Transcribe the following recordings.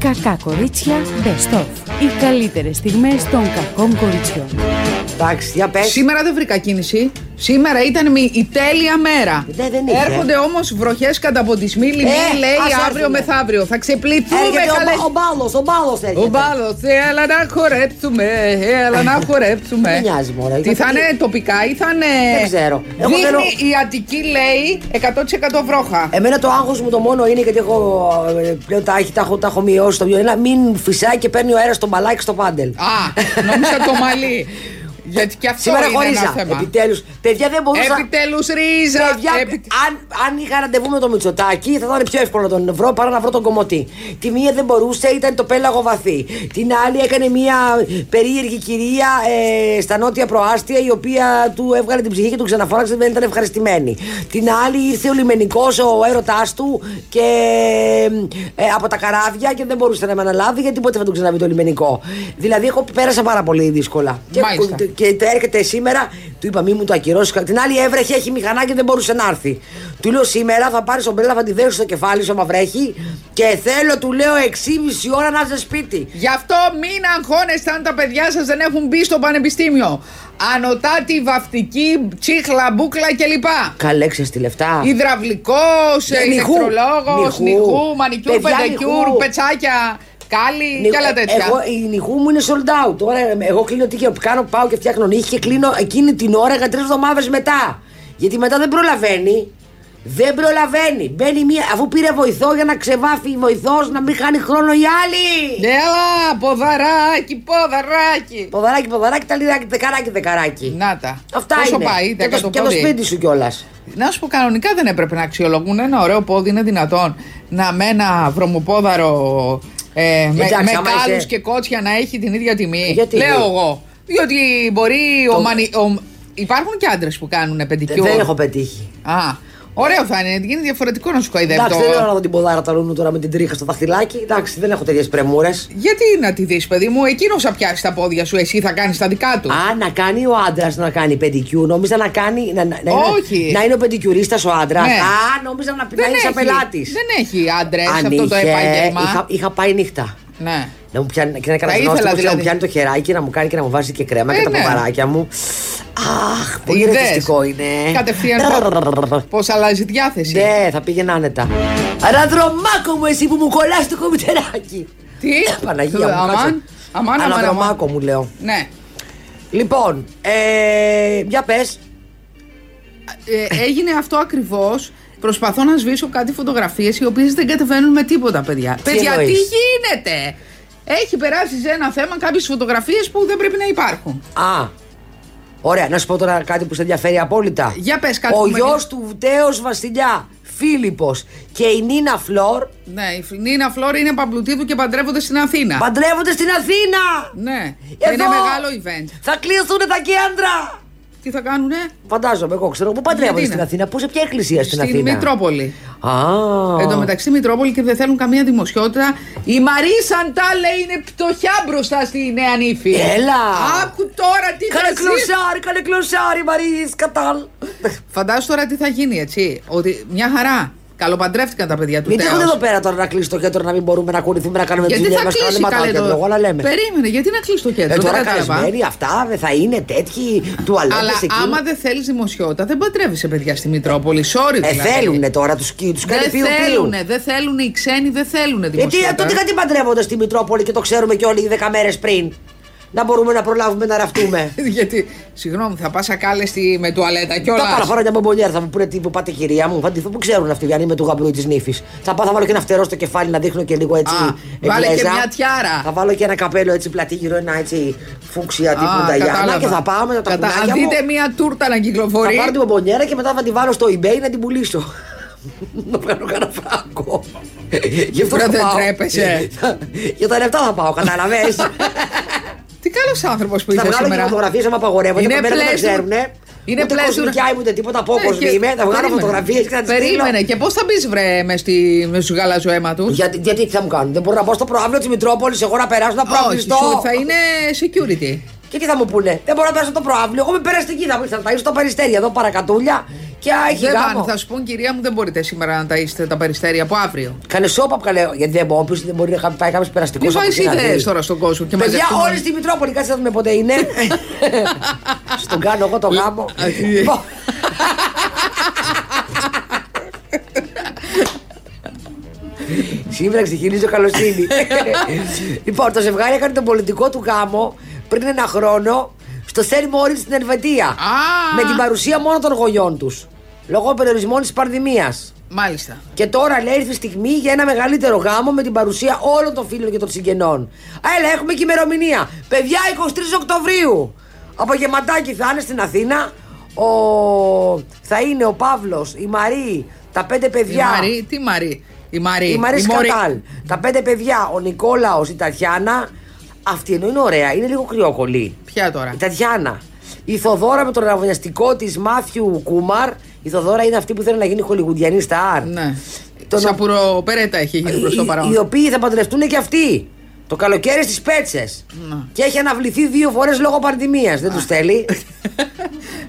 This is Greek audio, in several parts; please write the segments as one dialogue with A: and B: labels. A: Κακά κορίτσια Best of. Οι καλύτερες στιγμές των κακών κοριτσιών.
B: Εντάξει, για πες.
C: Ε, Σήμερα δεν βρήκα κίνηση. Σήμερα ήταν μη- η τέλεια μέρα.
B: Ναι, δεν είχε.
C: Έρχονται όμως βροχές κατά ποτισμή. Λιμή
B: Ε,
C: λέει
B: ας
C: αύριο
B: έρθουνε.
C: μεθαύριο. Θα ξεπληθούμε
B: Έρχεται ο,
C: καλέ.
B: Μπα- ο μπάλος, ο μπάλος έρχεται.
C: Ο μπάλος, έλα να χορέψουμε. Έλα να χορέψουμε.
B: Δεν νοιάζει, μωρέ.
C: Τι θα είναι τοπικά ή θα είναι.
B: Δεν ξέρω. Εγώ
C: Δείχνει
B: θέλω-
C: η Αττική λέει 100% βρόχα.
B: Εμένα το άγχος μου το μόνο είναι γιατί έχω, ε, πλέον τα, έχει- τα, έχω, τα έχω μειώσει το βιολί. Μην φυσάει και παίρνει ο αέρας στο μπαλάκι στο πάντελ.
C: Α, νόμιζα το μαλλί. Γιατί και αυτό
B: Σήμερα
C: είναι ένα
B: χωρίζα.
C: θέμα.
B: Επιτέλους. Παιδιά δεν μπορούσα.
C: Επιτέλους ρίζα.
B: Παιδιά,
C: Επι-
B: ε, αν, αν είχα ραντεβού με τον Μητσοτάκη, θα ήταν πιο εύκολο να τον βρω παρά να βρω τον κομωτή. Τη μία δεν μπορούσε, ήταν το πέλαγο βαθύ. Την άλλη έκανε μία περίεργη κυρία ε, στα νότια προάστια, η οποία του έβγαλε την ψυχή και τον ξαναφόραξε, δεν ήταν ευχαριστημένη. Την άλλη ήρθε ο λιμενικός, ο έρωτάς του, και, ε, από τα καράβια και δεν μπορούσε να με αναλάβει, γιατί ποτέ θα τον ξαναβεί το λιμενικό. Δηλαδή, έχω πέρασα πάρα πολύ δύσκολα. Και-
C: Μάλιστα.
B: και- και το έρχεται σήμερα, του είπα μη μου το ακυρώσεις. Την άλλη έβρεχε, έχει μηχανάκι, δεν μπορούσε να έρθει. Του λέω σήμερα θα πάρεις ομπρέλα, θα τη δέσω στο κεφάλι σου άμα βρέχει και θέλω, του λέω 6,5 ώρα να είσαι σπίτι.
C: Γι' αυτό μην αγχώνεστε αν τα παιδιά σας δεν έχουν μπει στο πανεπιστήμιο. Ανωτάτη, βαφτική, τσίχλα, μπούκλα κλπ.
B: Καλέ, ξέρεις τη λεφτά.
C: Υδραυλικός,
B: Ε, νυχού.
C: ηλεκτρολόγο,
B: Νυχού.
C: νυχού, μανικιούρ,
B: Παιδιά,
C: πεντακιούρ,
B: νυχού.
C: πετσάκια, κάλι
B: Νι-
C: και άλλα τέτοια.
B: Εγώ, η νυχού μου είναι sold out. Τώρα, ε, εγώ κλείνω τι και κάνω, πάω και φτιάχνω νύχη και κλείνω εκείνη την ώρα για τρει εβδομάδες μετά. Γιατί μετά δεν προλαβαίνει. Δεν προλαβαίνει. Μπαίνει μία, αφού πήρε βοηθό για να ξεβάφει η βοηθός, να μην χάνει χρόνο οι
C: Ναι,
B: άλλοι.
C: Έλα, ποδαράκι, ποδαράκι.
B: Ποδαράκι, ποδαράκι, ταλιδάκι, δεκαράκι, δεκαράκι.
C: Να τα.
B: Αυτά
C: Πόσο
B: είναι.
C: πάει,
B: και, το, και το
C: δεκατοπόδι?
B: σπίτι σου κιόλας.
C: Να σου πω, κανονικά δεν έπρεπε να αξιολογούν ένα ωραίο πόδι. Είναι δυνατόν να με ένα βρωμοπόδαρο ε, με,
B: Εντάξει,
C: με
B: άμα
C: κάλους
B: είσαι-
C: και κότσια να έχει την ίδια τιμή.
B: Γιατί?
C: Λέω εγώ. Διότι μπορεί. Ο
B: Το-
C: μανι... ο- Υπάρχουν και άντρες που κάνουν πεντικιούρ.
B: Δεν έχω πετύχει.
C: Α, ωραίο θα είναι. Είναι διαφορετικό να σου κοϊδεύει
B: Εντάξει,
C: το.
B: δεν λέω να δω την ποδάρα τα λούνου τώρα με την τρίχα στο δαχτυλάκι. Εντάξει, δεν έχω τέτοιες πρεμούρες.
C: Γιατί να τη δεις, παιδί μου, εκείνος θα πιάσει τα πόδια σου, εσύ θα κάνεις τα δικά του.
B: Α, να κάνει ο άντρας να κάνει πεντικιού. Νόμιζα να κάνει. Να, να, να
C: Όχι.
B: Είναι, να είναι ο πεντικιουρίστας ο άντρας.
C: Ναι.
B: Α, νόμιζα να πει να είναι σαν πελάτης.
C: δεν έχει άντρες
B: Αν
C: αυτό το
B: είχε,
C: επάγγελμα.
B: Είχα, είχα πάει νύχτα.
C: Ναι.
B: Να μου πιάνει, και να κάνω
C: Τα
B: γνώστικο
C: ήθελα
B: και να μου
C: δηλαδή.
B: πιάνει το χεράκι, να μου κάνει και να μου βάζει και κρέμα
C: Ε,
B: και τα
C: ναι.
B: ποδαράκια μου. Αχ, πολύ
C: Ιδέες.
B: ρεαλιστικό είναι.
C: Κατευθείαν πώ αλλάζει διάθεση.
B: Ναι, θα πήγαινε άνετα. Ραδρομάκο μου, εσύ που μου κολλάς το κομιτεράκι.
C: Τι?
B: Ε,
C: Ε,
B: Παναγία μου, κάτσε.
C: αμάν, αμάν, αμάν, αμάν.
B: Αναδρομάκο μου λέω.
C: Ναι.
B: Λοιπόν, ε, για πες.
C: Ε, έγινε αυτό ακριβώ. Προσπαθώ να σβήσω κάτι φωτογραφίες οι οποίες δεν κατεβαίνουν με τίποτα, παιδιά. παιδιά, τι
B: εννοείς?
C: γίνεται! Έχει περάσει σε ένα θέμα κάποιες φωτογραφίες που δεν πρέπει να υπάρχουν.
B: Α, ωραία, να σου πω τώρα κάτι που σε ενδιαφέρει απόλυτα.
C: Για πες κάτι
B: Ο
C: που με
B: γιος του Τέος Βασιλιά, Φίλιππος και η Νίνα Φλόρ
C: Ναι, η Φ- Νίνα Φλόρ είναι παμπλουτίδου και παντρεύονται στην Αθήνα.
B: παντρεύονται στην Αθήνα.
C: Ναι,
B: Εδώ
C: είναι μεγάλο event.
B: Θα κλείσουν τα κέντρα.
C: Τι θα κάνουνε
B: Φαντάζομαι, εγώ ξέρω. Πού παντρεύονται
C: Γιατί
B: στην
C: είναι?
B: Αθήνα, πού σε ποια εκκλησία στην,
C: στην
B: Αθήνα.
C: Μητρόπολη.
B: Α,
C: Εν τω μεταξύ, Μητρόπολη και δεν θέλουν καμία δημοσιότητα. Η Μαρή Σαντά λέει είναι πτωχιά μπροστά στη Νέα Νύφη.
B: Έλα.
C: Άκου τώρα τι
B: Κάνε
C: θα ζει.
B: κλωσάρι, κάνε κλωσάρι, Μαρίς, κατάλ.
C: Φαντάσου τώρα τι θα γίνει, έτσι. Ότι μια χαρά. Καλοπαντρεύτηκαν τα παιδιά του
B: Μην
C: τέος.
B: τρέχονται εδώ πέρα τώρα να κλείσει το κέντρο να μην μπορούμε να κουνηθούμε να κάνουμε τι
C: Γιατί
B: δουλειέ μα.
C: θα κλείσει
B: Κάνουμε
C: καλέ το...
B: Εγώ να λέμε.
C: Περίμενε, γιατί να κλείσει το κέντρο.
B: Ε,
C: δεν
B: τώρα
C: κατάλαβα.
B: καλεσμένοι αυτά δεν θα είναι τέτοιοι τουαλέτες
C: Αλλά
B: εκεί.
C: άμα δεν θέλεις δημοσιότητα, δεν παντρεύεσαι παιδιά στη Μητρόπολη. Sorry,
B: Ε,
C: δηλαδή.
B: θέλουνε τώρα τους κοίου, του κάνει
C: Δεν
B: πίου πίου.
C: θέλουνε, δεν θέλουνε οι ξένοι, δεν θέλουνε
B: Ε, τι,
C: δημοσιότητα.
B: τότε γιατί παντρεύονται στη Μητρόπολη και το ξέρουμε και όλοι δέκα μέρες πριν. Να μπορούμε να προλάβουμε να ραφτούμε.
C: Γιατί, συγγνώμη, θα πα ακάλεστη με τουαλέτα
B: Τα πάρα
C: κιόλα.
B: φορά μια μπομπονιέρα θα μου πούνε τι που πάτε κυρία μου. Θα τη- που ξέρουν αυτοί αν είμαι του γαμπρού ή της νύφης. Θα πάω, θα βάλω και ένα φτερό στο κεφάλι να δείχνω και λίγο έτσι.
C: Α,
B: ε,
C: βάλε και
B: γλέζα.
C: μια τιάρα.
B: Θα βάλω και ένα καπέλο έτσι πλατή γύρω ένα έτσι φούξια τύπου τα Γιάννα και θα πάω με τα
C: Κατα...
B: τακουνάκια
C: Αν
B: μου.
C: δείτε μία τούρτα να κυκλοφορεί.
B: Θα πάρω την μπομπονιέρα και μετά θα τη βάλω στο eBay να την πουλήσω. να βγάλω κανένα φράγκο. Γι'
C: Βρε,
B: θα
C: δεν
B: πάω.
C: τρέπεσαι.
B: Για τα λεφτά θα πάω, κατάλαβες.
C: Τι καλός άνθρωπος που
B: θα
C: είσαι
B: βγάλω και
C: σήμερα.
B: φωτογραφίες άμα απαγορεύονται.
C: Είναι
B: Είναι πλέον. Δεν
C: πλαίσιο-
B: ξέρουν.
C: είναι
B: ούτε
C: πλαίσιο-
B: κοσμικιά είμαι ούτε τίποτα.
C: Ναι,
B: Απόκοσμη
C: και-
B: είμαι. Θα βγάλω
C: περίμενε.
B: φωτογραφίες και θα τις στείλω.
C: Περίμενε. Και πώς θα μπεις, βρε, μες, στη... με στο γάλαζο αίμα τους.
B: Γιατί, γιατί τι θα μου κάνουν, δεν μπορώ να πάω στο προάβλιο της Μητρόπολης εγώ να περάσω να
C: Όχι,
B: προαγγιστώ.
C: σου, θα είναι security.
B: Και τι θα μου πούνε. Δεν μπορώ να περάσω το προάβλιο. Εγώ με περαστική θα μου ήρθα να ταΐσω τα περιστέρια εδώ παρακατούλια. Και α, έχει
C: Δεν
B: γάμο.
C: πάνε, θα σου πούν, κυρία μου, δεν μπορείτε σήμερα να τα είστε τα περιστέρια από αύριο.
B: Κάνε σώπα καλέ. Γιατί δεν μπορεί, όποιος δεν μπορεί να πάει κάποιο περαστικό.
C: Μη βάζει ιδέε τώρα στον κόσμο και
B: Παιδιά,
C: μαζευτούμε.
B: όλη στη Μητρόπολη, κάτσε να δούμε πότε είναι. Στον κάνω εγώ το γάμο.
C: Α, τι-
B: Λοιπόν, Σήμερα ξεκινήσω καλοσύνης. λοιπόν, το ζευγάρι έκανε τον πολιτικό του γάμο πριν ένα χρόνο στο Σέρι Μόριν στην Ελβετία. Με την παρουσία μόνο των γονιών τους. Λόγω περιορισμών της πανδημίας.
C: Μάλιστα.
B: Και τώρα λέει ήρθε η στιγμή για ένα μεγαλύτερο γάμο με την παρουσία όλων των φίλων και των συγγενών. Έλα, έχουμε και ημερομηνία. Παιδιά, 23 Οκτωβρίου. Απογευματάκι θα είναι στην Αθήνα. Ο... Θα είναι ο Παύλος, η Μαρή, τα πέντε
C: Η
B: παιδιά.
C: Μαρή, τι Μαρή. Η Μαρή.
B: Η Μαρή
C: Μωρή.
B: Σκατάλ. Τα πέντε παιδιά, ο Νικόλαος, η Τατιάνα. Αυτή ενώ είναι ωραία, είναι λίγο κρυόκολη.
C: Ποια τώρα.
B: Η Τατιάνα. Η Θοδώρα με τον αναβιαστικό της Μάθιου Κούμαρ. Η Θοδώρα είναι αυτή που θέλει να γίνει χολιγουντιανή στάρ.
C: Ναι.
B: Τον-
C: Σαπουροπερέτα έχει γίνει προς το
B: Οι-
C: παρόν.
B: Οι οποίοι θα παντρευτούν και αυτοί. Το καλοκαίρι στις πέτσες.
C: Να.
B: Και έχει αναβληθεί δύο φορές λόγω πανδημίας.
C: Ναι.
B: Δεν τους θέλει.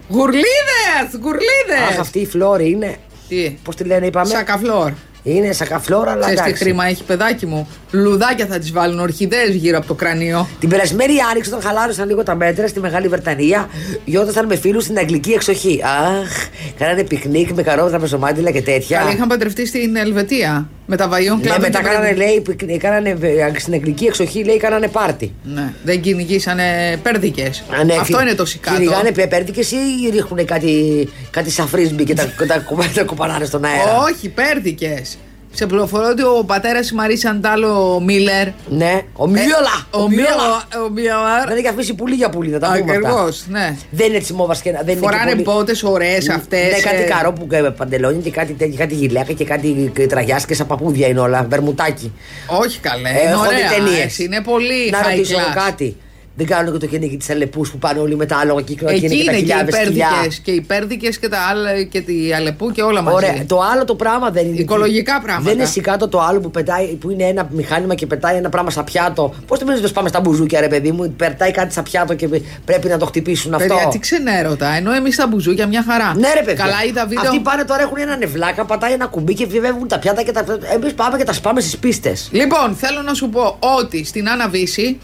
C: Γουρλίδε!
B: Αχ,
C: Γουρλίδε!
B: αυτή η φλόρη είναι.
C: Τι.
B: Πώς τη λένε, είπαμε.
C: Σακαφλόρ.
B: Είναι σακαφλόρα, αλλά
C: Ξέρεις τι
B: εντάξει.
C: χρήμα έχει, παιδάκι μου. Λουδάκια θα τις βάλουν, ορχιδέες γύρω από το κρανίο.
B: Την περασμένη άνοιξη, όταν χαλάρωσαν λίγο τα μέτρα στη Μεγάλη Βρετανία, γιόρτασαν με φίλους στην Αγγλική εξοχή. Αχ, κάνανε πικνίκ με καρότα με σωμάτιλα και τέτοια.
C: Καλά, είχαν παντρευτεί στην Ελβετία με τα βαϊόν
B: Ναι,
C: κλάδων.
B: μετά
C: και
B: κάνανε,
C: πρέπει-
B: λέει, πικνί- κάνανε, ε, στην Αγγλική εξοχή, λέει, κάνανε πάρτι.
C: Ναι, δεν κυνηγήσανε πέρδικες.
B: Α, ναι,
C: Αυτό
B: κυ-
C: είναι το σικάτο.
B: Κυνηγάνε πέπερδικες ή ρίχνουν κάτι, κάτι σαφρίσμπι και τα, τα, κουμπα- τα κουπανάνε στον αέρα.
C: Όχι, πέρδικες. Σε πληροφορώ ότι ο πατέρας της Μαρή Αντάλο Μίλλερ. Ε,
B: Ναι, ο Μιόλα.
C: Ο Μιόλα. Ο Μιόλα.
B: Δεν έχει αφήσει πουλί για πουλί, θα τα πούμε αυτά.
C: Ακριβώς, ναι.
B: Δεν είναι τσιμόβας και να- δεν είναι Ναι, και
C: Φοράνε
B: πολύ-
C: πότε ωραίε αυτές.
B: Ναι, κάτι καρό που ε, παντελόνι και κάτι, τέτοιο, κάτι γυλαίκα και κάτι τραγιάσκε σαν παπούδια είναι όλα. Βερμουτάκι.
C: Όχι καλέ.
B: Ε,
C: είναι
B: έχω δει
C: ωραία,
B: ταινίες.
C: έτσι, Είναι πολύ
B: Να
C: high
B: ρωτήσω εγώ
C: class.
B: κάτι. Δεν κάνουν και το κυνήγι της Αλεπούς που πάνε όλοι με τα άλογα κύκλο και
C: Εκεί
B: είναι και τα
C: είναι και οι
B: χιλιάδες
C: πέρδικες Και οι πέρδικες και, τα άλλα, και τη Αλεπού και όλα μαζί.
B: Ωραία. Το άλλο το πράγμα δεν είναι.
C: Οικολογικά πράγματα.
B: Δεν είναι σικάτο το άλλο που, πετάει, που είναι ένα μηχάνημα και πετάει ένα πράγμα σαν πιάτο. Πώς το μείνει πάμε στα μπουζούκια, ρε παιδί μου, πετάει κάτι σαν πιάτο και πρέπει να το χτυπήσουν αυτό.
C: Παιδιά, τι ξενέρωτα. Ενώ εμείς τα μπουζούκια μια χαρά.
B: Ναι, ρε παιδί.
C: Καλά είδα βίντεο.
B: Αυτοί πάνε τώρα έχουν ένα νευλάκα, πατάει ένα κουμπί και βιβεύουν τα πιάτα και τα. Εμείς πάμε και τα σπάμε στις πίστες.
C: Λοιπόν, θέλω να σου πω ότι στην Άννα Βύση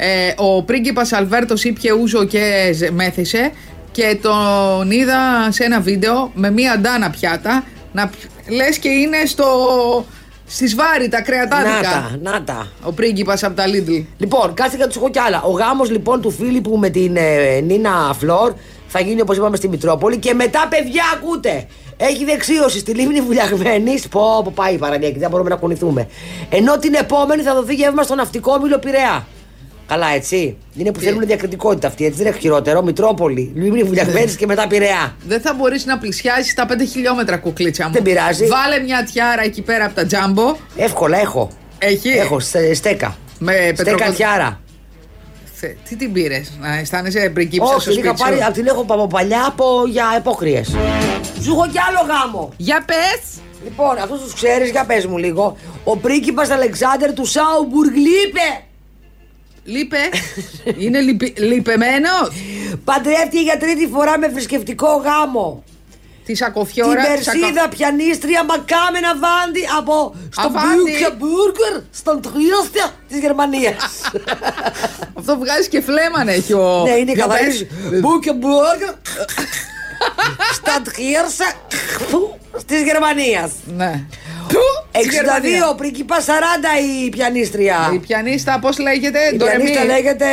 C: ε, ο πρίγκιπας Αλβέρτος ήπιε ούζο και ζε- μέθησε και τον είδα σε ένα βίντεο με μία ντάνα πιάτα να πι- λες και είναι στο... στη σβάρη τα
B: Να
C: κρεατάδικα.
B: τα, να τα.
C: Ο πρίγκιπας από τα Lidl.
B: Λοιπόν, κάτσε και να τους έχω κι άλλα. Ο γάμος λοιπόν του Φίλιππου με την ε, Νίνα Φλόρ θα γίνει όπως είπαμε στη Μητρόπολη και μετά, παιδιά, ακούτε! Έχει δεξίωση στη λίμνη βουλιαγμένης. Πω, πω, πάει η παραλία και δεν μπορούμε να κουνηθούμε. Ενώ την επόμενη θα δοθεί γεύμα στο ναυτικό όμιλο Πειραιά. Καλά, έτσι. Είναι που θέλουν διακριτικότητα αυτή, έτσι δεν έχει χειρότερο. Μητρόπολη, λίμνη βουλιαγμένη και μετά Πειραιά.
C: Δεν θα μπορείς να πλησιάσεις τα 5 χιλιόμετρα κουκλίτσα μου.
B: Δεν πειράζει.
C: Βάλε μια τιάρα εκεί πέρα από τα τζάμπο.
B: Εύκολα έχω.
C: Έχει.
B: Έχω στε- στέκα.
C: Με
B: Στέκα
C: πετροκο-
B: τιάρα.
C: Θε- Τι την πήρες, να αισθάνεσαι πριγκίψα στο
B: Όχι, την
C: σπίτι
B: είχα
C: σου.
B: πάρει από την έχω από παλιά από για επόκριες. Σου έχω κι άλλο γάμο.
C: Για πες!
B: Λοιπόν, αυτούς τους ξέρεις, για πες μου λίγο. Ο πρίγκιπας Αλεξάνδρ του Σάουμπουργκ λείπε.
C: Λείπε. Είναι λυπη... λυπημένος.
B: Παντρεύτηκε για τρίτη φορά με θρησκευτικό γάμο.
C: Τη
B: Την
C: ακοφιόρα. της ακο-
B: Περσίδα πιανίστρια μα κάμενα βάντι από στο
C: Αβάντη.
B: Μπιουκεμπούργκερ στον Τριώστια της Γερμανίας.
C: Αυτό βγάζει και φλέμανε έχει ο.
B: Ναι, είναι
C: Για
B: καθαρή.
C: πες.
B: Μπουκεμπούργκερ στα Τριώστια τη Γερμανίας.
C: Ναι. Του, στη
B: 62
C: Γερμανία.
B: πρίγκιπα 40 η πιανίστρια.
C: Η πιανίστα, πώς λέγεται,
B: Η
C: Ντορεμή.
B: πιανίστα λέγεται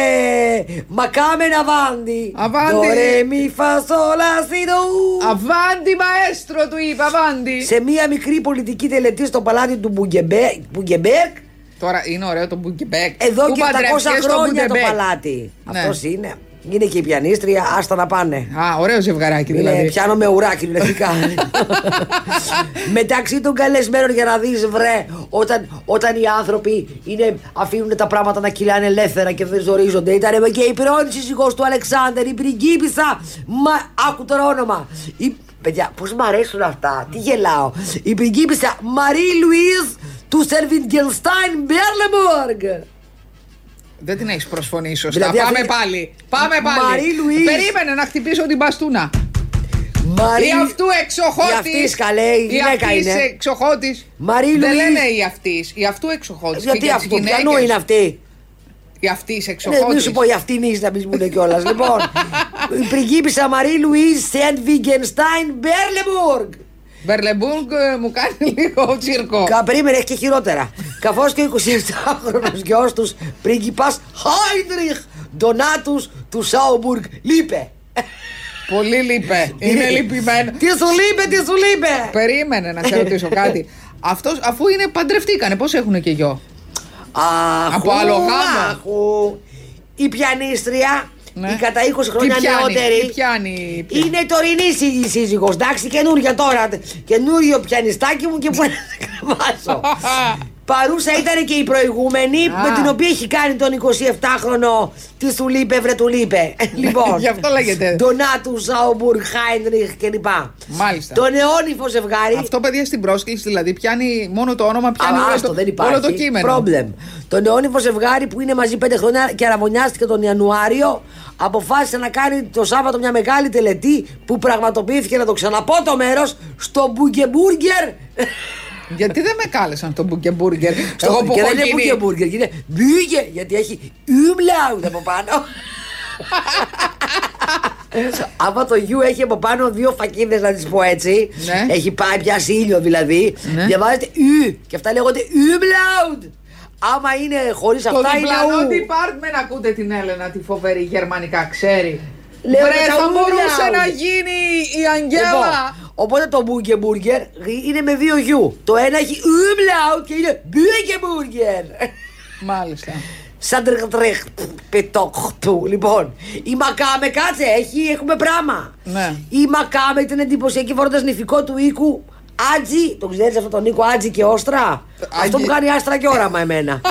B: Μακάμεν Αβάντι.
C: Αβάντη.
B: Ντορε μη φασόλα σιρού.
C: Αβάντι μαέστρο του είπα, Αβάντι.
B: Σε μία μικρή πολιτική τελετή στο παλάτι του Μπουγκεμπέ- Μπουγκεμπέρκ.
C: Τώρα είναι ωραίο το Μπουκεμπέκ.
B: Εδώ
C: Πού
B: και 700
C: παντρεύτηκες στο
B: χρόνια το
C: Μπουκεμπέκ.
B: παλάτι.
C: Ναι.
B: Αυτός είναι. Είναι και η πιανίστρια, άστα να πάνε.
C: Α, ωραίο ζευγαράκι
B: Είναι,
C: δηλαδή.
B: Ναι, πιάνω με ουράκι κυριολεκτικά. Μεταξύ των καλεσμένων για να δεις βρε όταν, όταν οι άνθρωποι είναι, αφήνουν τα πράγματα να κυλάνε ελεύθερα και δεν ζορίζονται ήταν και η πρώην σύζυγός του Αλεξάνδρ η πριγκίπισσα μα, άκου τώρα όνομα η, παιδιά πως μ' αρέσουν αυτά τι γελάω η πριγκίπισσα Μαρή Λουίζ του Σερβιντγελστάιν Μπέρλεμποργκ
C: Δεν την έχεις προσφωνήσει σωστά.
B: Δηλαδή,
C: Πάμε
B: αυτή-
C: πάλι. Πάμε πάλι.
B: Μαρή Λουίς.
C: Περίμενε να χτυπήσω την μπαστούνα.
B: Μαρή...
C: Η αυτού εξοχώτης.
B: Η αυτής, καλέ, η γυναίκα είναι.
C: εξοχώτης.
B: Μαρή
C: Δεν
B: Λουίς.
C: λένε η αυτής. Η αυτού εξοχώτης.
B: Γιατί αυτό, πιανού είναι αυτή.
C: Η αυτής
B: Ναι, μην
C: εξοχώτη.
B: σου πω για αυτήν είσαι να μην πούνε κιόλας. λοιπόν, η πριγκίπισσα Μαρή Λουίζ Σεντ Βίγκενστάιν Μπέρλεμπουργκ.
C: Μπερλεμπούργ ε, μου κάνει λίγο τσίρκο.
B: Κα, περίμενε, έχει και χειρότερα. Καθώ και ο 27χρονο γιος τους πρίγκιπας Χάιντριχ Ντονάτους του Σάουμπουργκ λείπε.
C: Πολύ λύπε.
B: Ναι.
C: Είναι λυπημένο.
B: Τι σου λείπε, τι σου λείπε.
C: Περίμενε να
B: Ναι.
C: σε ρωτήσω κάτι. Αυτός, αφού είναι παντρευτήκανε, πώς έχουν και γιο.
B: Αχού,
C: Από άλλο γάμο.
B: αχού. Η πιανίστρια,
C: Ναι.
B: η κατά 20 χρόνια
C: Τι πιάνει, τι
B: νεότερη.
C: πιάνει. πια-
B: Είναι η τωρινή σύ- η σύζυγος. Εντάξει, καινούργια τώρα. Καινούριο πιανιστάκι μου και μπορεί να σε κρεμάσω. Παρούσα ήταν και η προηγούμενη
C: Α.
B: με την οποία έχει κάνει τον 27χρονο τη του λείπε, βρε του λείπε. λοιπόν,
C: Ναι, γι' αυτό λέγεται.
B: Ντονάτου, Σάουμπουργκ, Χάινριχ κλπ.
C: Μάλιστα.
B: Το νεόνυφο ζευγάρι.
C: Αυτό παιδιά στην πρόσκληση δηλαδή πιάνει μόνο το όνομα,
B: Ε. Α,
C: πιάνει όλο,
B: άστο,
C: το,
B: δεν υπάρχει.
C: όλο το κείμενο.
B: Problem. Το νεόνυφο ζευγάρι που είναι μαζί πέντε χρόνια και αραβωνιάστηκε τον Ιανουάριο αποφάσισε να κάνει το Σάββατο μια μεγάλη τελετή που πραγματοποιήθηκε να το ξαναπώ το μέρος στο Μπουγκεμπούργκερ.
C: Γιατί δεν με κάλεσαν στο Μπουγκεμπούργκερ.
B: Στο-
C: Εγώ που
B: και
C: έχω
B: δεν είναι
C: γίνει-
B: Μπουγκεμπούργκερ, είναι Μπούγκε γιατί έχει Υμλάουτ από πάνω. Άμα το γιου έχει από πάνω δύο φακίδες να τις πω έτσι
C: Ναι.
B: Έχει πάει πιάσει ήλιο δηλαδή
C: Ναι.
B: Διαβάζεται «ου» Και αυτά λέγονται «Umlaut» Άμα είναι χωρίς
C: Το
B: αυτά είναι
C: διπλανό
B: «ου»
C: department ακούτε την Έλενα τη φοβερή γερμανικά ξέρει.
B: Λέω
C: Βρε
B: τα
C: θα
B: ούλια.
C: μπορούσε να γίνει η Αγγέλα.
B: Λοιπόν, Οπότε το Μπούγκεμπούργκερ είναι με δύο γιου Το ένα έχει «Umlaut» και είναι «Μπούγκεμπούργκερ»
C: Μάλιστα.
B: Σαν τρεχτρεχ, πετόχ του. Λοιπόν, η Μακάμε, κάτσε, έχει, έχουμε πράγμα.
C: Ναι.
B: Η Μακάμε την εντυπωσιακή φορώντας νηφικό του οίκου Άτζι. Το ξέρεις αυτό τον οίκο Άτζι και Όστρα. Αυτό
C: Άτζι.
B: μου κάνει άστρα και όραμα εμένα.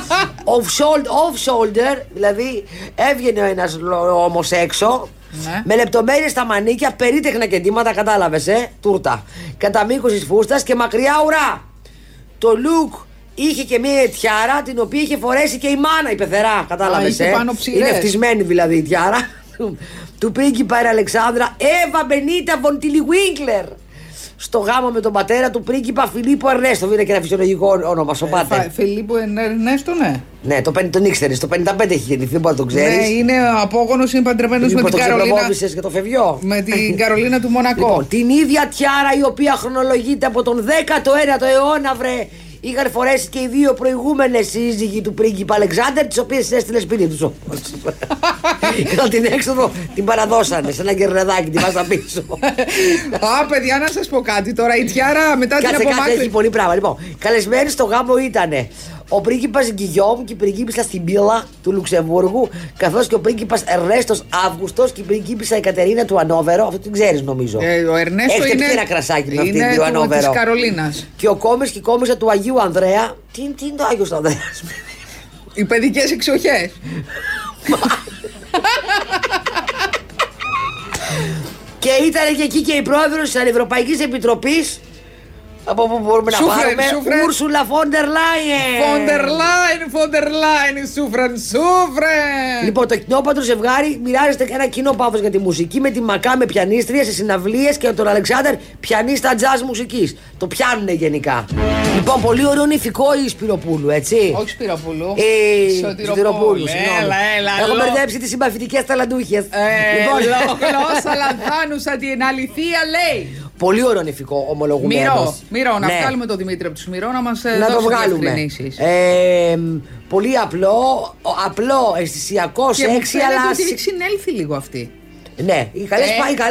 B: off, shoulder, off shoulder, δηλαδή έβγαινε ο ένας όμω έξω.
C: Ναι.
B: Με λεπτομέρειες στα μανίκια, περίτεχνα και ντύματα, κατάλαβες, ε, τούρτα. Κατά μήκος της φούστας και μακριά ουρά. Το Λουκ είχε και μία τιάρα την οποία είχε φορέσει και η μάνα η πεθερά. Κατάλαβες.
C: είχε πάνω ψηρές.
B: Είναι φτισμένη δηλαδή η τιάρα. του- του πρίγκιπα η Αλεξάνδρα Εύα Μπενίτα Βοντιλιουίγκλερ. Στο γάμο με τον πατέρα του πρίγκιπα Φιλίππο Ερνέστο. Είναι και ένα φυσιολογικό όνομα, σοπάτε.
C: Ε, Φα- Φιλίππο Ερνέστο, ναι.
B: ναι, το, πεν- τον ήξερες. Το 55 έχει γεννηθεί, δεν μπορεί να τον ξέρεις.
C: Ναι, είναι απόγονος, είναι παντρεμένος
B: Λοιπόν,
C: με την Καρολίνα.
B: και το φευγιό.
C: Με την Καρολίνα του Μονακό.
B: Λοιπόν, την ίδια τιάρα η οποία χρονολογείται από τον 19ο αιώνα, βρε, είχαν φορέσει και οι δύο προηγούμενες σύζυγοι του πρίγκιπα Αλεξάνδρ, τις οποίες έστειλε σπίτι τους όμως. Κατά την έξοδο την παραδώσανε σε ένα γερνεδάκι, την βάζα πίσω. Λοιπόν.
C: Α, παιδιά, να σας πω κάτι τώρα. Η Τιάρα μετά την
B: κάτσε, κάτσε, έχει
C: απομάκρυνση.
B: πολύ πράγμα. Λοιπόν, καλεσμένοι στο γάμο ήταν ο πρίγκιπας Γκυγιόμ και η πρίγκιπισσα Στιμπίλα του Λουξεμβούργου, καθώς και ο πρίγκιπας Ερνέστος Αύγουστος και η πρίγκιπισσα Εκατερίνα του Ανόβερο. Αυτό την ξέρεις νομίζω.
C: Ε, ο Ερνέστο
B: Έχετε
C: είναι.
B: πιει ένα κρασάκι με αυτήν
C: είναι
B: την Ανόβερο.
C: τη Καρολίνας.
B: Και ο κόμις και η κόμισα του Αγίου Ανδρέα. Τι, είναι- τι είναι το Άγιος Ανδρέας.
C: Οι παιδικές εξοχές.
B: και ήταν και εκεί και η πρόεδρος της Ευρωπαϊκής Επιτροπής. Από πού μπορούμε να
C: Σούφρεν,
B: πάρουμε.
C: Σούφρεν.
B: Ούρσουλα Φόντερ Λάιεν.
C: Φόντερ Λάιν, Φόντερ Λάιν, Σούφρεν, Σούφρεν.
B: Λοιπόν, το κοινόπατρο ζευγάρι μοιράζεται ένα κοινό πάθος για τη μουσική με τη Μακά με πιανίστρια σε συναυλίες και τον Αλεξάνδρ πιανίστα τζαζ μουσικής. Το πιάνουνε γενικά. Λοιπόν, πολύ ωραίο νηφικό η Σπυροπούλου, έτσι.
C: Όχι Σπυροπούλου.
B: Ε,
C: Σωτηροπούλου.
B: Σωτηροπούλου, συγγνώμη.
C: Έλα, έλα.
B: Έχω
C: λο-
B: μπερδέψει Λοιπόν. τις συμπαθητικές ταλαντούχες.
C: Ε, λο- γλώσσα λανθάνουσα την αληθεία λέει.
B: Πολύ ωραίο νηφικό, ομολογουμένος.
C: Μυρό, μυρό, να
B: Ναι.
C: βγάλουμε τον Δημήτρη από τους Μυρό να μας
B: να το
C: δώσει
B: βγάλουμε.
C: διευκρινήσεις.
B: Ε, μ, πολύ απλό, ο- απλό, αισθησιακός,
C: Και μου
B: σεξι,
C: φαίνεται
B: αλλά.
C: ότι έχει συνέλθει λίγο αυτή.
B: Ναι, οι καλές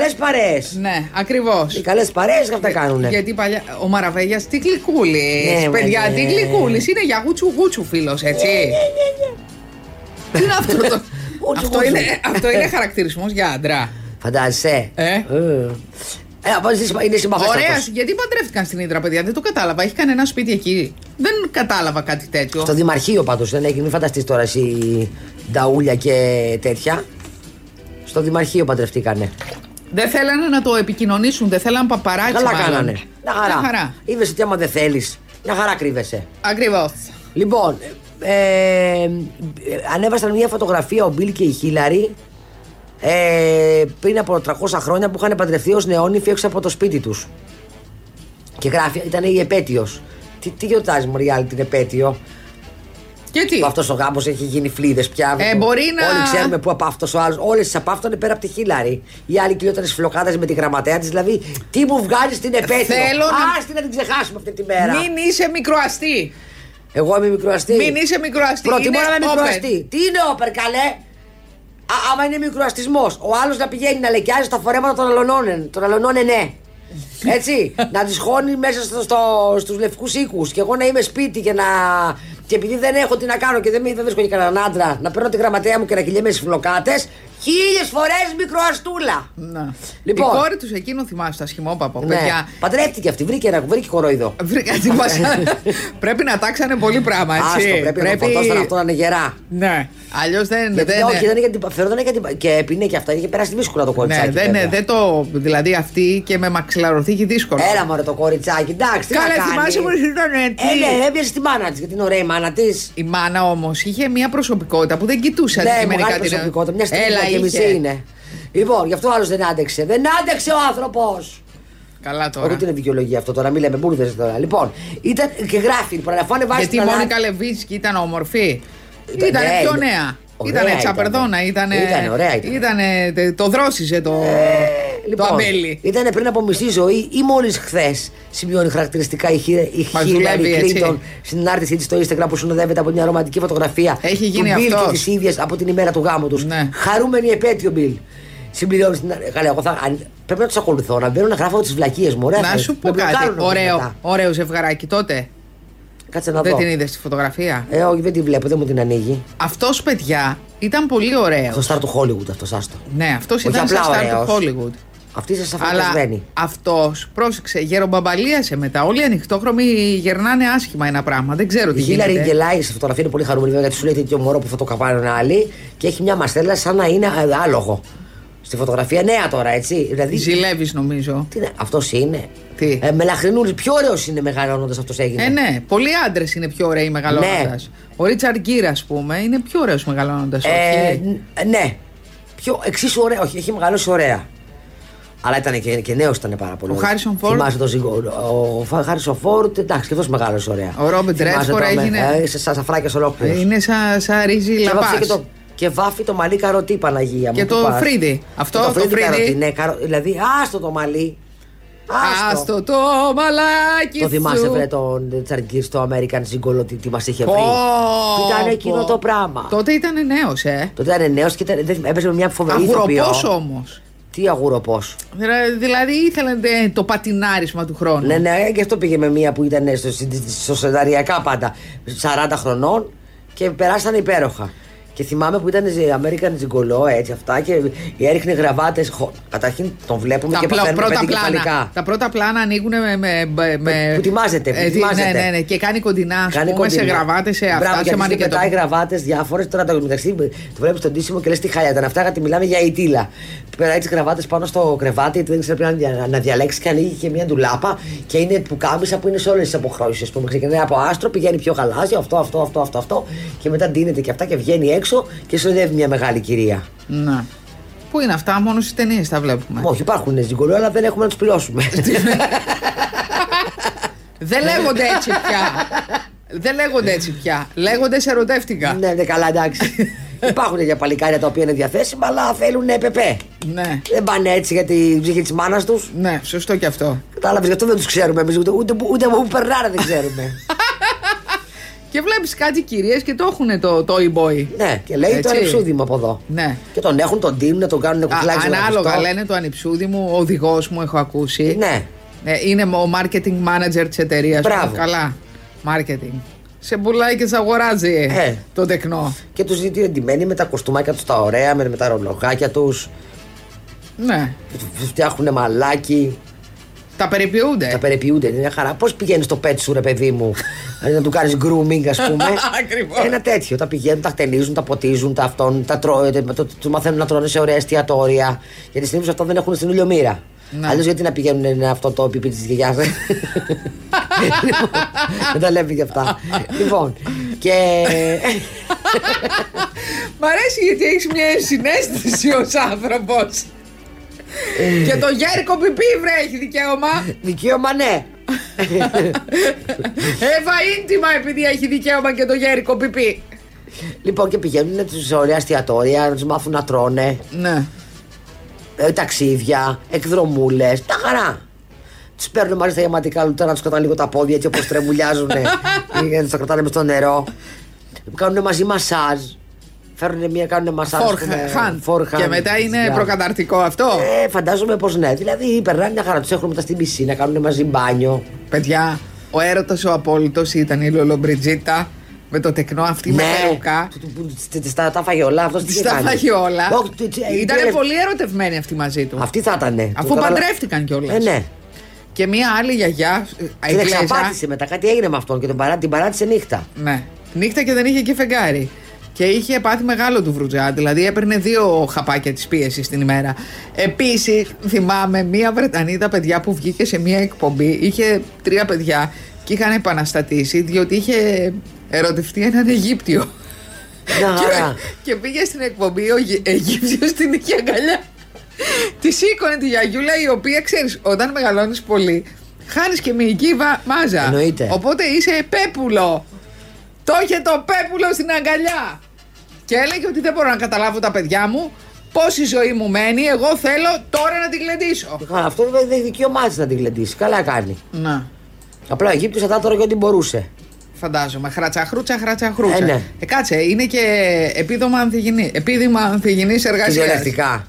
C: Ε.
B: παρέες.
C: Ναι, ακριβώς.
B: Οι καλές παρέες
C: Ε,
B: αυτά κάνουν.
C: Γιατί παλιά. Ο Μαραβέγιας τι γλυκούλη.
B: Ναι,
C: παιδιά,
B: ναι.
C: τι γλυκούλη. Είναι για γούτσου γούτσου φίλος, έτσι. Τι είναι αυτό το.
B: ναι, Γούτσου
C: αυτό,
B: γούτσου.
C: είναι, αυτό είναι χαρακτηρισμός για άντρα.
B: Φαντάζεσαι.
C: Ε.
B: Ε, από ό,τι συμπα- είναι συμπαθέστατος.
C: Ωραία, γιατί παντρεύτηκαν στην Ήδρα, παιδιά, δεν το κατάλαβα. Έχει κανένα σπίτι εκεί. Δεν κατάλαβα κάτι τέτοιο.
B: Στο Δημαρχείο πάντως δεν έγινε, μην φανταστείς τώρα εσύ νταούλια και τέτοια. Στο Δημαρχείο παντρευτήκανε.
C: Δεν θέλανε να το επικοινωνήσουν, δεν θέλανε παπαράτσι.
B: Καλά
C: μάλλον.
B: κάνανε. Μια χαρά.
C: Μια χαρά.
B: Είδες ότι άμα δεν θέλεις, μια χαρά κρύβεσαι.
C: Ακριβώς.
B: Λοιπόν, ε, ανέβασαν μια φωτογραφία ο Μπίλ και η Χίλαρη ε, πριν από 300 χρόνια που είχαν παντρευτεί ως νεόνυφοι έξω από το σπίτι τους. Και γράφει, ήταν η επέτειος. Τι, τι γιορτάζεις Μωριάλη την επέτειο.
C: Και τι.
B: Που αυτός ο γάμος έχει γίνει φλίδες πια.
C: Ε, μπορεί να-
B: Όλοι ξέρουμε που απάφτο ο άλλος. Όλες τις απάφτωνε πέρα από τη Χίλαρη. Οι άλλοι κυλιόταν στι φλοκάδες με τη γραμματέα της. Δηλαδή, τι μου βγάζεις την επέτειο.
C: Θέλω να-
B: Άστι να την ξεχάσουμε αυτή τη μέρα.
C: Μην είσαι μικροαστή.
B: Εγώ είμαι μικροαστή.
C: Μην είσαι μικροαστή.
B: Προτιμώ
C: Είναι
B: να είμαι
C: open.
B: μικροαστή. Τι είναι όπερ, καλέ. Α, άμα είναι μικροαστισμός, ο άλλος να πηγαίνει να λεκιάζει τα φορέματα των αλωνών, των αλωνών ναι. Έτσι, να τις χώνει μέσα στο, στο, στους λευκούς οίκους και εγώ να είμαι σπίτι και να... Και επειδή δεν έχω τι να κάνω και δεν, με- δεν βρίσκω και κανέναν άντρα να παίρνω τη γραμματέα μου και να κυλιέμαι στις φλοκάτες χίλιες φορές μικροαστούλα.
C: Να.
B: Λοιπόν. Ναι.
C: Η κόρη τους εκείνο θυμάσαι τα σχημόπαπα, παιδιά.
B: Παντρεύτηκε αυτή, βρήκε ένα βρήκε κορόιδο.
C: Βρήκα την πασά. πρέπει να τάξανε πολύ πράγμα, έτσι.
B: Ναι. Άστο, πρέπει, να φορτώσουν αυτό να είναι γερά.
C: Ναι. Αλλιώς δεν.
B: Γιατί
C: δεν
B: όχι, δεν είναι για την. Φερόταν για την. Και έπινε και αυτά. Είχε περάσει τη δύσκολα το κοριτσάκι.
C: ναι, δεν,
B: βέβαια.
C: δεν το. Δηλαδή αυτή και με μαξιλαρωθήκη δύσκολο.
B: Έλα μωρέ το κοριτσάκι, εντάξει. τι
C: Καλά,
B: να κάνεις.
C: θυμάσαι που ήταν έτσι.
B: Ε, ναι, έπιασε τη μάνα της, γιατί είναι ωραία η μάνα της.
C: Η μάνα όμως είχε μια προσωπικότητα που δεν κοιτούσε
B: Ναι,
C: αντικειμενικά
B: μεγάλη
C: την-
B: προσωπικότητα. Μια στιγμή
C: Έλα,
B: και
C: είχε.
B: μισή είναι. Λοιπόν, γι' αυτό άλλος δεν άντεξε. Δεν άντεξε ο άνθρωπος.
C: Καλά
B: Όχι
C: τώρα.
B: ότι είναι δικαιολογία αυτό τώρα, μην λέμε μπουρδε τώρα. Λοιπόν, ήταν και γράφει, προαναφώ ανεβάζει
C: Γιατί η
B: την ανά-
C: Μόνικα Λεβίτσικη ήταν όμορφη.
B: Ήταν,
C: Ήταν
B: ναι,
C: πιο
B: ήταν-
C: νέα.
B: ωραία
C: Ήταν
B: ήταν.
C: τσαπερδόνα, ήταν.
B: Ήταν, ωραία Ε, ήταν.
C: Το δρόσιζε το. το αμπέλι.
B: Ήταν Λοιπόν, πριν από μισή ζωή ή μόλις χθες. Σημειώνει χαρακτηριστικά η Χίλα- η
C: Μας
B: Χίλαρη
C: δουλεύει, έτσι.
B: Κλίντον στην ανάρτησή της στο Instagram που συνοδεύεται από μια ρομαντική φωτογραφία
C: Έχει γίνει
B: του Μπιλ
C: αυτός.
B: και τη ίδια από την ημέρα του γάμου τους.
C: Ναι.
B: Χαρούμενη επέτειο, Μπιλ. Συμπληρώνει στην. Καλά, εγώ θα. αν- Πρέπει να τους ακολουθώ, να μπαίνω να γράφω τις βλακίες μου. Ωραία,
C: Να
B: θα-
C: σου
B: με
C: πω κάτι.
B: μπλοκάρουν όμως
C: Ωραίο,
B: μετά.
C: ωραίο ζευγαράκι τότε.
B: Κάτσε να
C: Δεν
B: δω.
C: την είδες στη φωτογραφία.
B: Ε, όχι, δεν τη βλέπω, δεν μου την ανοίγει.
C: Αυτός παιδιά ήταν πολύ ωραίος.
B: Στο star του Hollywood αυτός, άστο.
C: Ναι, αυτός
B: Όχι
C: ήταν
B: απλά
C: στα star
B: ωραίος.
C: του Hollywood.
B: Αυτή σας
C: Αλλά
B: αφανισμένη.
C: αυτός πρόσεξε, γερομπαμπαλίασε μετά. Όλοι οι ανοιχτόχρωμοι γυρνάνε άσχημα ένα πράγμα. Δεν ξέρω
B: Η
C: τι
B: Χίλαρη
C: γίνεται.
B: γελάει στη φωτογραφία, είναι πολύ χαρούμενη βέβαια, γιατί σου λέει τέτοιο μωρό που θα το καπάρουν άλλοι και έχει μια μαστέλα σαν να είναι α, άλογο. Στη φωτογραφία νέα τώρα, έτσι. Δηλαδή.
C: Ζηλεύεις νομίζω.
B: Τι είναι, αυτός είναι.
C: Τι?
B: Ε, μελαχρινούλης, πιο ωραίος είναι μεγαλώνοντας αυτός έγινε.
C: Ε, ναι. Πολλοί άντρες είναι πιο ωραίοι μεγαλώνοντας.
B: Ναι.
C: Ο Ρίτσαρντ Γκίρ, ας πούμε, είναι πιο ωραίος μεγαλώνοντας.
B: Ε, ν- ναι. Πιο, εξίσου ωραίο, όχι, έχει μεγαλώσει ωραία. Αλλά ήταν και, και νέος ήταν πάρα πολύ.
C: Ο
B: ωραίος.
C: Χάρισον Φόρντ.
B: Θυμάσαι το ζυγό. Ο, ο Χάρισον Φόρντ, εντάξει, και αυτός μεγάλωσε ωραία.
C: Ο Ρόμπερτ
B: Θυμάσαι
C: Ρέντφορντ
B: το με-
C: έγινε-
B: Ε, σε σαφράκια ολόκληρου.
C: είναι σαν σα ρύζι
B: Και βάφει και
C: λαπάς.
B: το, και βάφει το μαλλί καροτή Παναγία μου.
C: Και
B: που
C: το
B: πας.
C: φρύδι. Αυτό
B: Και
C: το φρύδι.
B: καροτή, ναι, καρο- δηλαδή άστο το μαλλί. Άστο.
C: Άστο το μαλάκι
B: Το θυμάσαι
C: σου.
B: βρε τον Τσαργκίρ στο American Single τι, τι μας είχε βρει.
C: Πω,
B: Ήταν
C: πω.
B: εκείνο το πράγμα.
C: Τότε ήταν νέος, ε.
B: Τότε ήταν νέος και ήταν, δεν θυμ- έπαιζε με μια φοβερή ηθοποιό.
C: Αγουροπό όμως.
B: Τι αγουροπός.
C: Δηλαδή ήθελαν τε- το πατινάρισμα του χρόνου.
B: Ναι, ναι, και αυτό πήγε με μία που ήταν στο, στο σενταριακά πάντα. 40 χρονών και περάσανε υπέροχα. Και θυμάμαι που ήταν ζε- American Gigolo, έτσι αυτά, και έριχνε γραβάτες. Καταρχήν τον βλέπουμε
C: τα,
B: και
C: πλα-
B: παθαίνουμε
C: πρώτα
B: πέντε
C: πλάνα,
B: κεφαλικά.
C: τα πρώτα πλάνα ανοίγουν με. με, με, με-
B: που τιμάζεται, που
C: τι-
B: τιμάζεται.
C: Ναι, ναι, ναι, και κάνει κοντινά. Ας
B: Κάνει
C: πούμε, σε
B: κοντινή.
C: γραβάτες, σε
B: Μπράβο,
C: αυτά,
B: γιατί
C: σε
B: σε
C: μανικετό.
B: πετάει γραβάτες διάφορες. Τώρα το μεταξύ το βλέπεις στον τίσιμο και λες τι χάλια ήταν αυτά, γιατί μιλάμε για ιτήλα. Πετάει τι γραβάτε πάνω στο κρεβάτι, γιατί δεν ξέρει πρέπει να δια- να διαλέξει και ανοίγει και μια ντουλάπα και είναι που κάμισα που είναι σε όλες τις αποχρώσεις. Ας πούμε, ξεκινάει από άστρο, πηγαίνει πιο γαλάζιο, αυτό, αυτό, αυτό, αυτό, αυτό και μετά ντύνεται και αυτά και βγαίνει έξω και συνοδεύει μια μεγάλη κυρία.
C: Ναι. Πού είναι αυτά, μόνος στις ταινίες τα βλέπουμε.
B: Όχι, υπάρχουν ζυγκολό, αλλά δεν έχουμε να τους πληρώσουμε.
C: ναι. Δεν
B: Ναι.
C: λέγονται έτσι πια. Δεν λέγονται έτσι πια. Λέγονται σε ερωτεύτηκα.
B: ναι, ναι, καλά, εντάξει. υπάρχουν για παλικάρια τα οποία είναι διαθέσιμα, αλλά θέλουν πεπέ.
C: Ναι.
B: Δεν πάνε έτσι για την ψυχή της μάνας τους.
C: Ναι, σωστό και αυτό.
B: Κατάλαβες, γι' αυτό δεν τους ξέρουμε εμείς. Ούτε, ούτε, που- ούτε που περνάνε δεν ξέρουμε.
C: Και βλέπεις κάτι κυρίες και το έχουν το Toy Boy.
B: ναι, και λέει το
C: Έτσι.
B: ανεψούδι μου από εδώ.
C: Ναι.
B: Και τον έχουν, τον τίνουν, τον κάνουν
C: Α,
B: κουκλάκι. στον
C: ανάλογα
B: αγνωστό.
C: λένε το ανιψούδι μου, ο οδηγός μου έχω ακούσει.
B: Ναι.
C: Ε, είναι ο marketing manager της εταιρείας.
B: Μπράβο.
C: Καλά. Marketing. Σε πουλάει και σε αγοράζει
B: Ε.
C: το τεκνό.
B: Και τους ζητεί εντυμένοι με τα κοστούμάκια τους τα ωραία, με, με τα ρολογάκια τους.
C: Ναι.
B: Φτιάχνουν μαλάκι,
C: Τα περιποιούνται.
B: Ε. τα περιποιούνται. Είναι μια χαρά. Πώς πηγαίνεις στο pet σου, ρε παιδί μου, Δηλαδή να του κάνεις grooming, ας πούμε.
C: Ακριβώς.
B: Ένα τέτοιο. Τα πηγαίνουν, τα χτενίζουν, τα ποτίζουν, τα αυτόν, τα τρώ, του μαθαίνουν να τρώνε σε ωραία εστιατόρια. Γιατί συνήθως αυτά δεν έχουν στην ουλιομήρα.
C: Ναι.
B: Αλλιώς γιατί να πηγαίνουν σε αυτό το ε? πιπί τη γιαγιά. Δεν τα λέμε γι' αυτά. λοιπόν, Και.
C: Μ' αρέσει γιατί έχεις μια συνέστηση ως άνθρωπος.
B: Ε.
C: και το Γέρικο πιπί βρε έχει δικαίωμα.
B: Δικαίωμα ναι. Ε.
C: Εύα Ε, ίντιμα επειδή έχει δικαίωμα και το Γέρικο πιπί.
B: λοιπόν, και πηγαίνουν σε ωραία εστιατόρια, να τους μάθουν να τρώνε,
C: Ναι.
B: ε, ταξίδια, εκδρομούλες. Τα χαρά. Τους παίρνουν μάλιστα γεματικά λουτά να τους κρατάνε λίγο τα πόδια έτσι όπω τρεμουλιάζουν. για να τους τα κρατάνε με στο νερό. Κάνουν μαζί μασάζ. Φέρνουν μία, κάνουν μασάζ. ας πούμε,
C: Forehand.
B: forehand.
C: Και μετά είναι
B: Yeah.
C: προκαταρτικό αυτό.
B: Ε, φαντάζομαι πως ναι. Δηλαδή περνάνε μια χαρά. Τους έχουν μετά στην πισίνα, κάνουν μαζί μπάνιο.
C: Παιδιά, ο έρωτα ο απόλυτος ήταν η Λολομπριτζίτα με το τεκνό αυτή
B: Ναι.
C: με περουκά.
B: Του- του- που- τσι- τσι- Τα τα φάγε όλα. Αυτός
C: Τη τα φάγε όλα. Ήταν πολύ ερωτευμένη αυτή μαζί του.
B: Αυτή θα ήταν.
C: Αφού παντρεύτηκαν κιόλας.
B: Ε, ναι.
C: Και μία άλλη γιαγιά. ε,
B: Την
C: Αγγλέζα.
B: εξαπάτησε μετά. Κάτι έγινε με αυτόν και τον παρά, την παράτησε νύχτα.
C: Ναι. Νύχτα και δεν είχε και φεγγάρι. Και είχε πάθει μεγάλο του βρουζά, δηλαδή έπαιρνε δύο χαπάκια της πίεσης την ημέρα. Επίσης, θυμάμαι μία Βρετανίδα παιδιά που βγήκε σε μία εκπομπή, είχε τρία παιδιά και είχαν επαναστατήσει διότι είχε ερωτευτεί έναν Αιγύπτιο.
B: Μια χαρά.
C: και, και πήγε στην εκπομπή, ο Αιγυ- Αιγύπτιος την είχε αγκαλιά. τη σήκωνε τη γιαγιούλα, η οποία ξέρεις, όταν μεγαλώνεις πολύ, χάνεις και μυϊκή βα- μάζα.
B: Εννοείται.
C: Οπότε είσαι πέπουλο. Το είχε το πέπουλο στην αγκαλιά. Και έλεγε ότι δεν μπορώ να καταλάβω τα παιδιά μου πόση ζωή μου μένει. Εγώ θέλω τώρα να την κλεντήσω.
B: Μια χαρά. Λοιπόν, Αυτό δεν έχει δικαίωμά τη να την κλεντήσει. Καλά κάνει.
C: Να.
B: Απλά ο Αιγύπτιο θα τα τρώγε ό,τι μπορούσε.
C: Φαντάζομαι. Χρατσαχρούτσα, χρατσαχρούτσα.
B: Ε, ναι.
C: Ε, κάτσε, είναι και επίδομα ανθυγινή, επίδημα ανθυγινή εργασία.
B: Κυριολεκτικά.